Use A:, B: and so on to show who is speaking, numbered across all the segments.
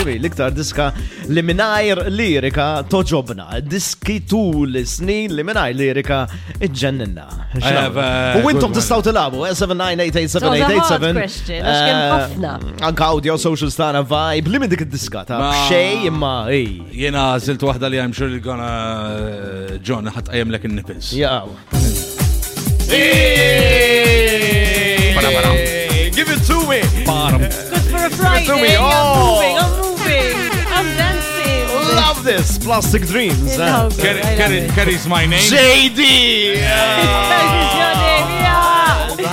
A: anyway, l-iktar diska li minajr lirika toġobna. Diski tul snin li minajr lirika iġġenninna.
B: have a
A: U intom
B: good one.
A: tistaw tilabu, eh, 7988787.
C: question, għax kien ħafna.
A: Eh, Anka audio social stana vibe, li minn dik id-diska ta'
B: Ma-
A: xej imma ej.
B: Jena zilt wahda li I'm sure you're gonna uh, John ħat qajem lek in-nipples.
A: Jaw.
B: Give it to me. Param.
C: Good for a Friday. I'm
A: Oh.
C: moving, I'm moving. I'm dancing.
A: Love this, Plastic Dreams. eh.
C: In-house, I love it.
B: Carries my name.
A: JD!
C: That is your name, yeah.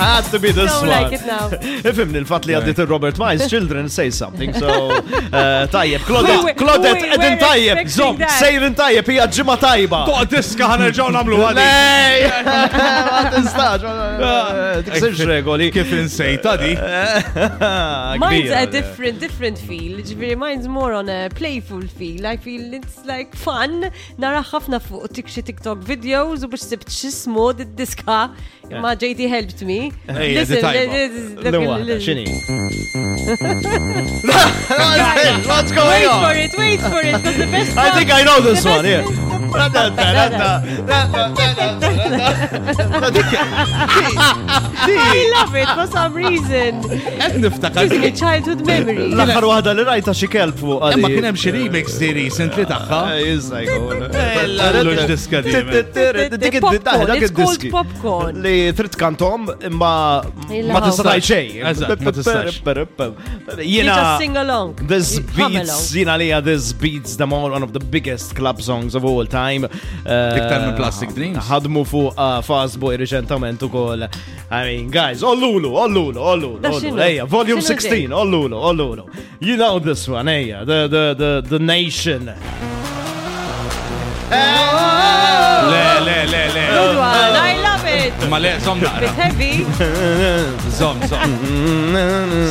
A: Had to be this
C: So
A: one.
C: like it now.
A: Ifimni l-fat li għaddit il-Robert Miles, children say something, so eh, tajjeb,
C: We- we-
A: Claudette, Claudette,
C: we
A: edin
C: were
A: tajjeb,
C: expecting
A: zom,
C: that.
A: sejrin tajjeb, hija ġimma tajba.
B: Toq diska ħana ġaw namlu għadi.
A: Lej! Ma tistax, ma- tiksirx regoli.
B: Kif insejta di?
A: Eh,
C: Mine's
A: Kbira,
C: a
A: le.
C: different, different feel. Ġviri, mine's more on a playful feel. I feel it's like fun. Nara ħafna fuq tikxi TikTok videos u biex sibt xismu diska ma JT helped me.
B: Ej, di tajba.
A: L-wahda, xini? What's going
C: Wait for
A: on?
C: it, wait for it, because the best
A: I
C: part-
A: think I know this
C: the
A: one, yeah.
C: best- I love it for some reason.
B: Għed niftakar.
C: Using a childhood memory.
A: L-axar wahda li rajta xi kelb fuq Eh, għadi.
B: Imma kien hemm xi remix di recent li tagħha. Lux diska di.
A: Dik
C: Popcorn,
A: id-dak
C: it's called
A: id-diski.
C: popcorn.
A: Li trid kantom imma ma
C: Il-ħaw.
A: tista' tajt xejn.
B: Eżatt, ma tistax.
C: You
A: Jiena
C: just sing along.
A: uh, This
C: You hum along.
A: beats, jiena li this beats the more one of the biggest club songs of all time. Eh,
B: Iktar minn Plastic Dreams.
A: Mm. Ħadmu fuq uh, Fast Boy reċentament ukoll. I mean, guys, ollulu, ollulu, ollulu,
C: Da
A: ollulu.
C: xinu?
A: Ejja, volume
C: Xinu
A: 16, ollulu, ollulu. You know this one, ejja, the, the, the, the nation.
B: Le, le, le, le.
C: Good one, I love it.
B: Ma le, zom
C: Bit
B: naqra.
C: heavy.
B: Zom, zom.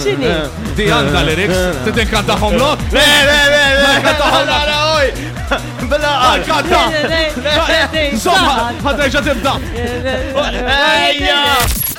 C: Xini?
B: Di għanda lyrics. Titinkanta homlok.
A: Le, le, le, le, le, le, oj! Bella,
B: Kanta.
C: 哎 Le- le- le- le- le-
B: Zom, ħadreġa tibda.
C: le- le- le-
A: ejja!